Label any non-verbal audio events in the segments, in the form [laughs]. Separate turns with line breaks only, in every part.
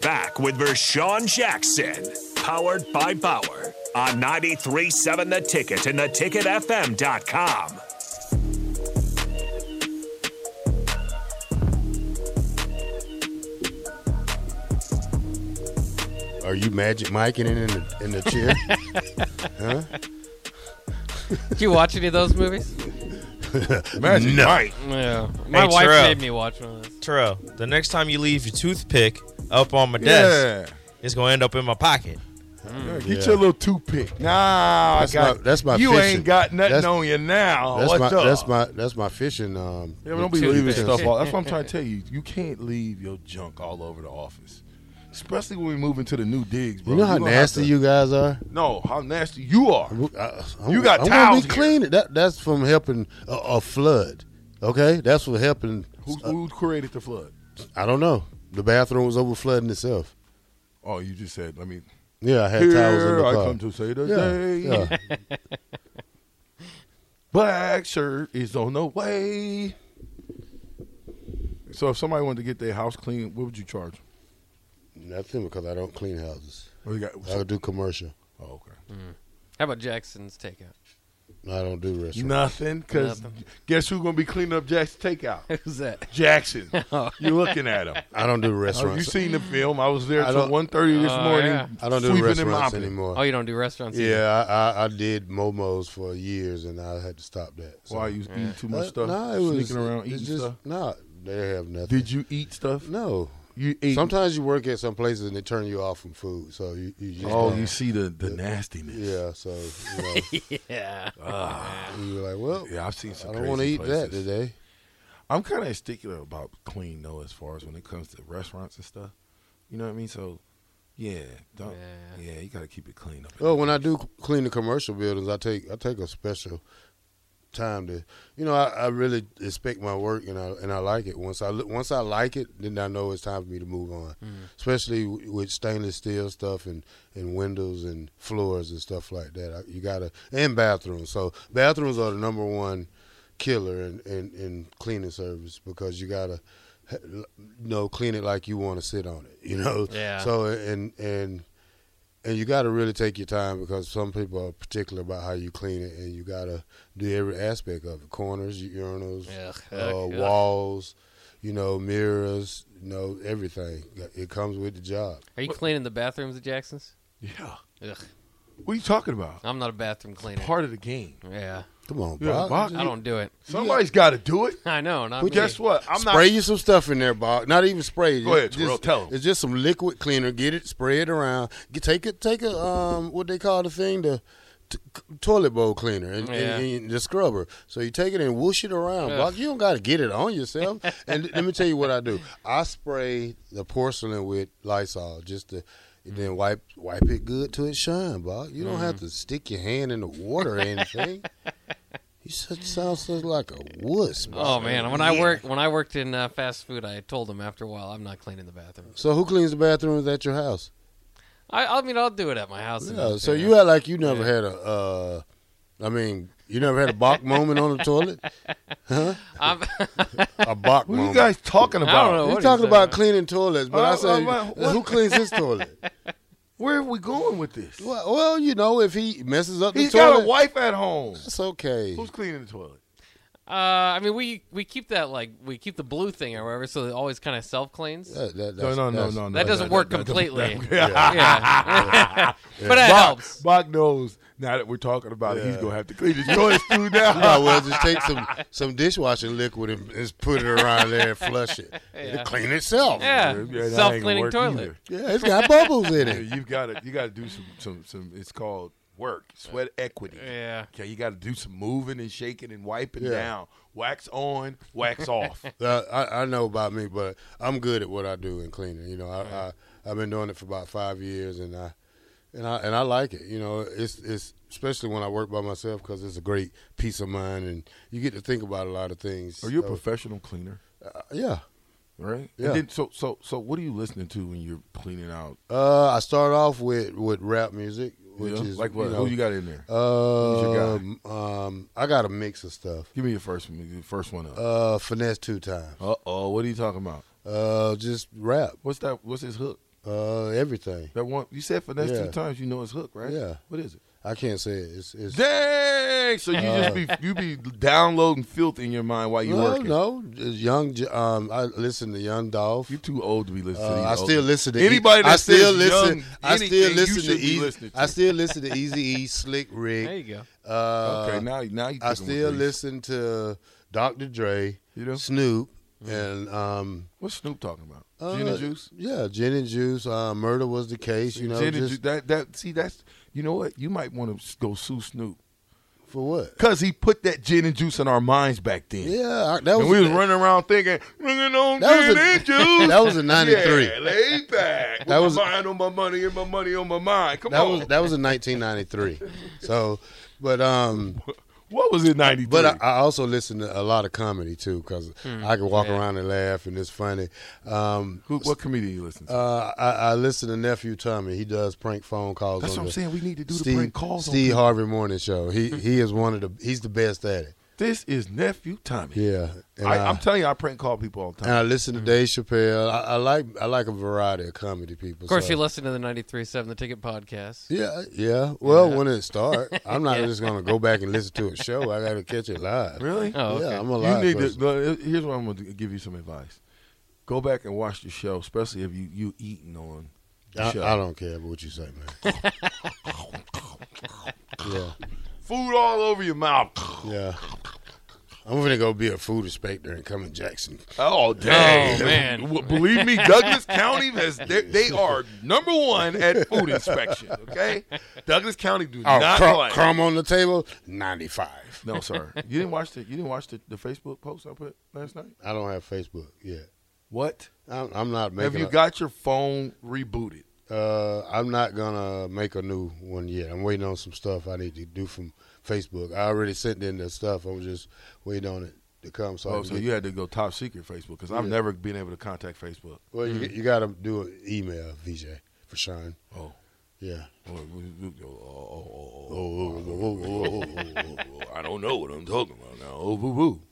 back with Vershawn Jackson, powered by Bauer on 937 The Ticket and theticketfm.com.
Are you Magic Mike in in the, in the
[laughs]
chair? huh?
Did you watch any of those movies?
Magic no. Mike.
Yeah. My
Hey,
wife
Terrell.
made me watch one of those.
Terrell, the next time you leave your toothpick up on my desk,
Yeah.
it's gonna end up in my pocket.
Yeah, get your little toothpick.
Nah,
That's
I got,
my- that's my
You
fishing.
ain't got nothing
That's-
on you now.
That's
Oh, What's
my
up?
that's my that's my fishing. Um,
Yeah, but don't be
toothpick.
leaving stuff all. That's what I'm trying to tell you. You can't leave your junk all over the office, especially when we move into the new digs, bro.
You know how
gonna have
nasty
to-
you guys are.
No, how nasty you are.
I, I'm-
You got
I'm to
towels here.
be clean. That that's from helping a, a flood. Okay, that's from helping. uh,
Who, who created the flood?
I don't know. The bathroom was over flooding itself.
Oh, you just said. I mean,
Yeah, I had towels in the
here I
car.
come to say the day.
yeah, yeah.
Black shirt is on the way. So if somebody wanted to get their house clean, what would you charge?
Nothing because I don't clean houses.
Or Oh, you got-
I do commercial.
oh, okay.
How about Jackson's takeout?
I don't do restaurant.
Nothing, because
Nothing.
guess who's gonna be cleaning up Jack's takeout?
[laughs] Who's that? [laughs]
Jackson.
Oh,
You're looking at him.
I don't do
Oh, you
restaurants.
seen the film? I was there
I
till
don't-
1.30 this
Oh,
morning.
yeah.
I don't do
sweeping and
restaurants
mopping.
anymore.
Oh, you don't do restaurants? either?
yeah, I, I, I did Momos for years, and I had to stop that. So.
Why you was eating too much
Uh,
stuff?
nah, it
sneaking
was
around
it's
eating
just,
stuff.
Nah, they have nothing.
Did you eat stuff?
No.
You ate.
Sometimes you work at some places and they turn you off from food, so you, you just
oh,
don't-
you see the, the nastiness.
yeah. So you know,
Yeah.
you're like, well,
Yeah, I've seen some.
I don't want to eat that today.
I'm kind of particular about clean though, as far as when it comes to restaurants and stuff. You know what I mean? So, yeah, don't. Yeah,
Yeah.
you gotta keep it clean up.
Well, Oh, when I do clean the commercial buildings, I take I take a special time to, you know, I, I really expect my work and I and I like it. Once I li- once I like it, then I know it's time for me to move on. Especially w- with stainless steel stuff and and windows and floors and stuff like that. I, you gotta and bathrooms. So bathrooms are the number one killer in in, in cleaning service because you gotta. ha- l- You know, clean it like you want to sit on it. [laughs] You know,
Yeah.
So and and and you got to really take your time because some people are particular about how you clean it, and you got to do every aspect of it: corners, urinals,
Ugh,
uh,
ugh, ugh.
walls, you know, mirrors, you know, everything. It comes with the job.
Are you cleaning the bathrooms at Jackson's?
Yeah.
Ugh.
What are you talking about?
I'm not a bathroom cleaner.
Part of the game.
yeah.
Come on,
Yeah,
Bob.
Bob,
I don't do it. [laughs]
Somebody's got to do it.
I know. Not me.
Well, guess what? I'm
spray you some stuff in there, Bob. Not even spray.
Go ahead,
Just-
Terrell,
just-
tell 'em.
It's just some liquid cleaner. Get it, spray it around. Get, take it, take a um, what they call the thing, the t- toilet bowl cleaner and, and-
Yeah.
and the scrubber. So you take it and whoosh it around.
Ugh.
Bob. You don't got to get it on
[laughs]
yourself. and let me tell you what I do. I spray the porcelain with Lysol just to. And then wipe wipe it good till it shine, Bob. You don't
Mm.
have to stick your hand in the water or
[laughs]
anything. you such, sound such like a wuss, Bob.
Oh man, when I work when I worked in uh, fast food, I told them after a while I'm not cleaning the bathrooms.
So who cleans the bathrooms at your house?
I, I mean, I'll do it at my house. and
Yeah, so
everything.
you act like you never had a, uh, I mean, you never had a
[laughs]
balk moment on the toilet,
I'm,
[laughs] a balk
[laughs] What are you
moment.
guys talking about?
don't know.
You're
What
talking
is that?
about cleaning toilets, but
Uh,
I say,
uh, what-
who cleans
[laughs]
his toilet?
Where are we going with this?
Well, well, you know, if he messes up the
He's
toilet,
got a wife at home.
that's okay.
Who's cleaning the toilet?
uh, I mean, we we keep that like we keep the blue thing or whatever, so it always kind of self cleans.
That- that-
No,
that's-
no, no,
that's-
no, no.
that doesn't work completely.
[laughs]
[laughs]
yeah.
yeah. but it
Bach,
helps.
Bach knows now that we're talking about it, he's
Yeah.
gonna have to
[laughs]
clean his toilet
You [laughs]
too now. [laughs]
might well just take some, some dishwashing liquid and just put it around there and flush
[laughs]
it. It'll clean itself.
Yeah,
that ain't gonna
self-cleaning
work
toilet.
either.
Yeah, it's got bubbles in
[laughs] Yeah,
it.
you've got to you got to do some some some. It's called work, sweat equity.
Yeah.
Okay, you got to do some moving and shaking and wiping
Yeah.
down. Wax on, wax
[laughs]
off.
Uh, I, I know about me, but I'm good at what I do in cleaning. You know,
Mm.
I, I I've been doing it for about five years, and I and I and I like it. You know, it's it's especially when I work by myself because it's a great peace of mind, and you get to think about a lot of things.
Are you a
So,
professional cleaner?
uh, yeah.
Right.
Yeah.
And then, so so so, what are you listening to when you're cleaning out?
Uh, I start off with with rap music, which
You know,
is
like what?
You know,
who you got in there?
Uh,
Who's
um, I got a mix of stuff.
Give me your first one. Your first one up.
Uh, finesse two times.
Uh oh. What are you talking about?
Uh, just rap.
What's that? What's his hook?
Uh, everything.
That one you said finesse
Yeah.
two times, you know it's hook, right?
Yeah.
What is it?
I can't say it. It's, it's
Dang! So you
Uh,
just be you be downloading filth in your mind while you
no,
working.
no. It's young. J- Um, I listen to Young Dolph.
You too old to be listening.
Uh,
to these
I
old-
still listen to
anybody. That
I still
says
listen.
young
I
anything,
still
you
listen to
should be
Easy.
listening to.
I still listen
[laughs]
to Easy E, Slick Rick.
There you go.
Uh,
okay, now now you.
I
cooking with
still
grease.
listen to Dr. Dre,
You do?
Snoop, and um,
What's Snoop talking about?
uh,
Gin and juice.
Yeah, gin and juice. Uh, murder was the case. You know,
Gin and
just
Ju- that that see that's you know what you might want to go sue Snoop
for what?
because he put that gin and juice in our minds back then.
Yeah, I, that was
And we was running around thinking, nigga, no
That was
gin
a- [laughs]
and juice.
that was a 93.
[laughs] Yeah, lay back. With
That was-
my mind on my money and my money on my mind. Come
that
on.
was that was in 1993. So, but um,
what was it, 93?
but I, I also listen to a lot of comedy too because
Hmm.
I can walk
yeah.
around and laugh and it's funny. Um,
Who, what comedian you listen to?
uh, I, I listen to nephew Tommy. He does prank phone calls.
That's
on
what I'm
the
saying. We need to do
Steve,
the prank calls on
Steve
people. Hmm.
Harvey Morning Show. He he is one of the he's the best at it.
This is nephew Tommy.
uh, Yeah, Uh, and
I, I'm hmm. telling you, I prank call people all the
and
time.
I listen to Dave Chappelle. I, I like I like a variety of comedy people.
Of course,
so.
you listen to the 93.7 The Ticket podcast.
Yeah, yeah. Well, when it start, I'm
[laughs]
not just gonna go back and listen to a show. I gotta catch it live.
really?
Oh, okay.
Yeah, I'm a
You
live
need to,
person.
no, here's what I'm going to give you some advice. Go back and watch the show, especially if you you eating on the
I,
show.
I don't care about what you say, man. yeah,
Food all over your [laughs] mouth.
yeah. I'm gonna go be a food inspector and come in Jackson.
Oh dang,
Oh, man.
[laughs] W- Believe me, Douglas County has they they are number one at food inspection. Okay, Douglas County do
Oh,
not
crum,
like.
crumb on the table, ninety five.
No, sir. You didn't watch the you didn't watch the, the Facebook post I put last night.
I don't have Facebook yet.
What
I'm, I'm not making.
have you
a-
got your phone rebooted?
Uh, I'm not gonna make a new one yet. I'm waiting on some stuff I need to do from Facebook. I already sent in the stuff. I'm just waiting on it to come. So, I
Oh,
can
so
get-
you had to go top secret Facebook because I've
Yeah.
never been able to contact Facebook.
well, you, you got to do an email, VJ, for Sean.
Oh.
Yeah.
Oh, oh, oh, oh,
Oh,
oh,
oh, oh, oh, oh, oh, oh.
oh, oh, I don't know what I'm talking about now. Oh, boo boo.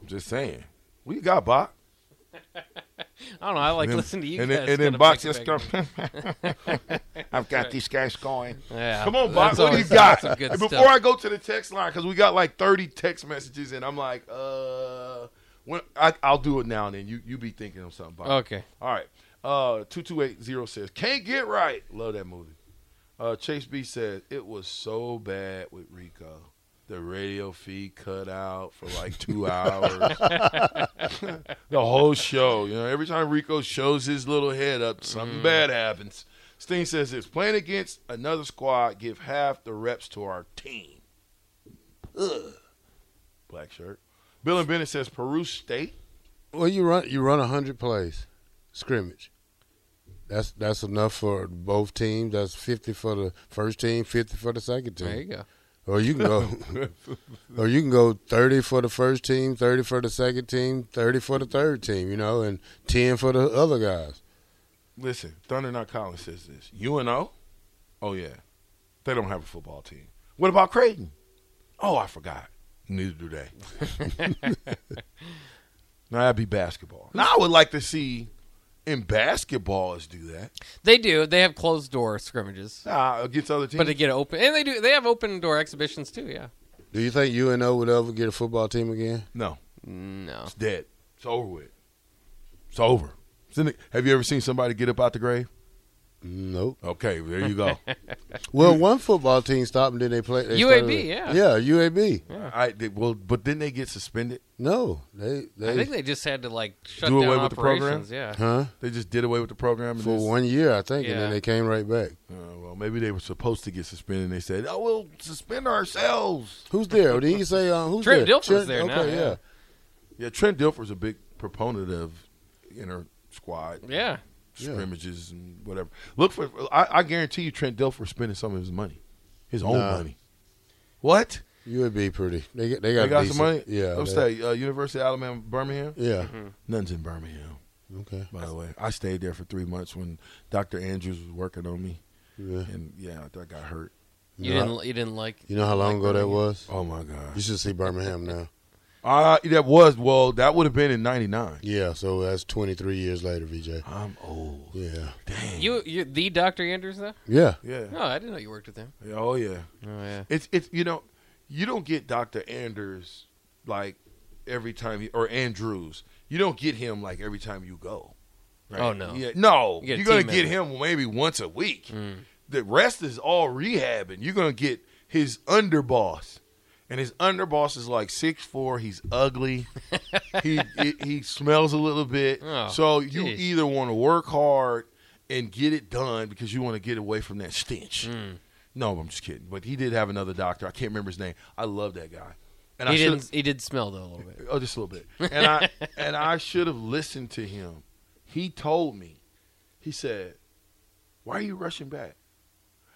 I'm just saying. What you got, Bob?
I don't know. I like
And then-
listening to you
and
guys.
Then, and then
kinda
Box
pick
just
it
come.
back up.
[laughs] I've got these guys going.
Yeah.
Come on,
That's
Box. What do you
always-
got?
that's some good
And Before
stuff.
I go to the text line, because we got like 30 text messages, and I'm like, uh, when I, I'll do it now and then. You you be thinking of something, Box.
Okay.
All right. Uh, 2280 says, Can't Get Right. Love that movie. Uh, Chase B says, It was so bad with Rico. The radio feed cut out for like two hours. [laughs] the whole show. You know, every time Rico shows his little head up, something bad happens. Sting says this playing against another squad, give half the reps to our team. Ugh. Black shirt. Bill and Bennett says Peru State.
Well, you run you run hundred plays, scrimmage. That's that's enough for both teams. That's fifty for the first team, fifty for the second team.
There you go.
Or you can go,
[laughs]
or you can go thirty for the first team, thirty for the second team, thirty for the third team. You know, and ten for the other guys.
Listen, Thunder Not Collins says this. UNO? Oh, yeah. They don't have a football team. What about Creighton? Oh, I forgot. Neither do they. [laughs] now, that'd be basketball. Now, I would like to see in basketball us do that
They do. They have closed door scrimmages,
uh, against other teams.
but they get open, and they do. They have open door exhibitions too. Yeah.
Do you think UNO would ever get a football team again?
no,
No.
it's dead. It's over with. It's over. It's in the- have you ever seen somebody get up out the grave?
Nope.
Okay, there you go.
Well, one football team stopped and then they played. They
UAB,
started-
yeah.
yeah, UAB.
I, they, well, but then they get suspended.
No, they, they,
I think they just had to like shut
Do
down
away with the program?
operations. yeah.
huh?
They just did away with the program. and
For
just-
one year, I think, and then
Yeah.
they came right back.
Uh, well, maybe they were supposed to get suspended. and They said, "Oh, we'll suspend ourselves."
Who's there? Did he say um, who's
Trent
there?
Dilfer's there now, yeah.
Yeah, Trent Dilfer's a big proponent of inner squad
Yeah.
Yeah.
scrimmages and whatever. Look for, I, I guarantee you, Trent Dilfer spending some of his money, his own
Nah.
money. What?
UAB pretty. They get they got,
They got
decent-
some money.
Yeah,
I'm
they-
saying uh, University of Alabama, Birmingham.
Yeah.
Mm-hmm.
None's in Birmingham,
Okay.
by the way. I stayed there for three months when Dr. Andrews was working on me,
Yeah.
and yeah, I got hurt.
You
No.
didn't. You didn't like.
You know how long ago that was?
Oh my
You
gosh.
should see Birmingham now.
Uh, that was well. That would have been in '99.
Yeah, so that's 23 years later, VJ.
I'm old.
Yeah.
You, you the Doctor Anders though?
Yeah.
Yeah.
No, I didn't know you worked with him.
Yeah, Oh yeah.
Oh yeah.
It's it's you know, you don't get Dr. Anders like every time you, or Andrews. You don't get him like every time you go.
Oh, no.
Yeah, no.
You
You
get a
are gonna
team Mm.
get him maybe once a week. The rest is all rehabbing. You're gonna get his underboss. And his underboss is like six four. He's
[laughs]
ugly. he, he he smells a little bit.
Oh,
so you
geez.
either want to work hard and get it done because you want to get away from that stench.
Mm.
No, I'm just kidding. But he did have another doctor. I can't remember his name. I love that guy. And
he
I should
didn't. He did smell though a little
[laughs]
bit.
oh, just a little bit. And I and I should have listened to him. He told me. He said, "Why are you rushing back?"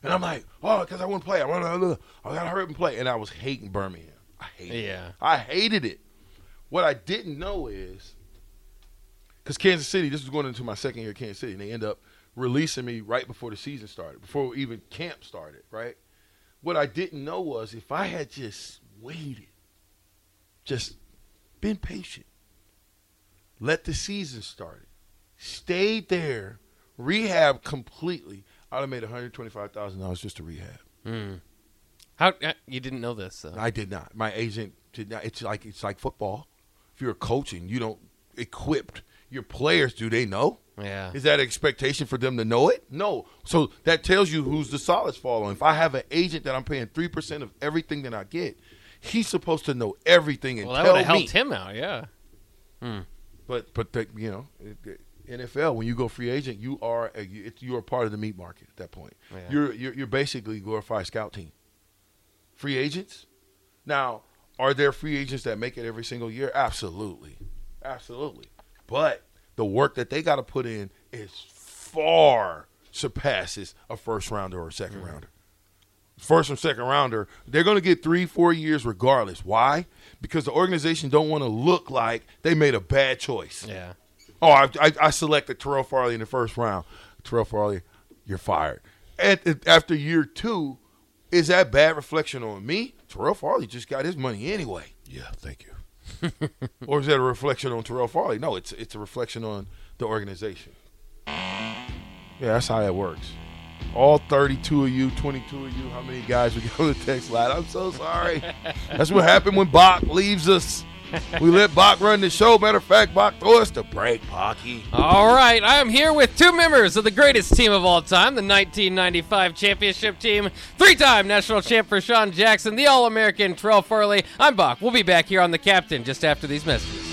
And I'm like, "Oh, because I want to play. I want to. I gotta hurry up and play." And I was hating Birmingham. I hated. it.
Yeah.
I hated it. What I didn't know is, because Kansas City, this was going into my second year at Kansas City, and they end up releasing me right before the season started, before even camp started, right? What I didn't know was if I had just waited, just been patient, let the season start, stayed there, rehab completely, I'd have made $125,000 just to rehab.
Mm. How uh, you didn't know this though?
I did not. My agent did not. It's like it's like football. If you're a coach and you don't equipped your players, do they know?
yeah.
Is that an expectation for them to know it? No. So that tells you who's the solids fall on. If I have an agent that I'm paying three percent of everything that I get, he's supposed to know everything and
Well, that
tell
would
me.
have helped him out. Yeah.
But but they, you know, it- it- NFL when you go free agent, you are a, you- it's- you are part of the meat market at that point.
Yeah.
You're, you're you're basically glorified scout team. Free agents. Now, are there free agents that make it every single year? Absolutely, absolutely. But the work that they got to put in is far surpasses a first rounder or a 2nd rounder first and second rounder, they're going to get three, four years regardless. Why? Because the organization don't want to look like they made a bad choice.
Yeah.
Oh, I, I, I selected Terrell Farley in the first round. Terrell Farley, you're fired. At, after year two, is that bad reflection on me? Terrell Farley just got his money anyway.
Yeah, thank you.
[laughs] Or is that a reflection on Terrell Farley? No, it's it's a reflection on the organization. Yeah, that's how that works. All 32 of you, 22 of you, how many guys we got on the text line? I'm so sorry. that's what happened when Bach leaves us. We let Bach run the show. Matter of fact, Bach throw us to break, Baki.
All right, I am here with two members of the greatest team of all time, the 1995 championship team, three-time national champ for Sean Jackson, the All-American Terrell Farley. I'm Bach. We'll be back here on the Captain just after these messages.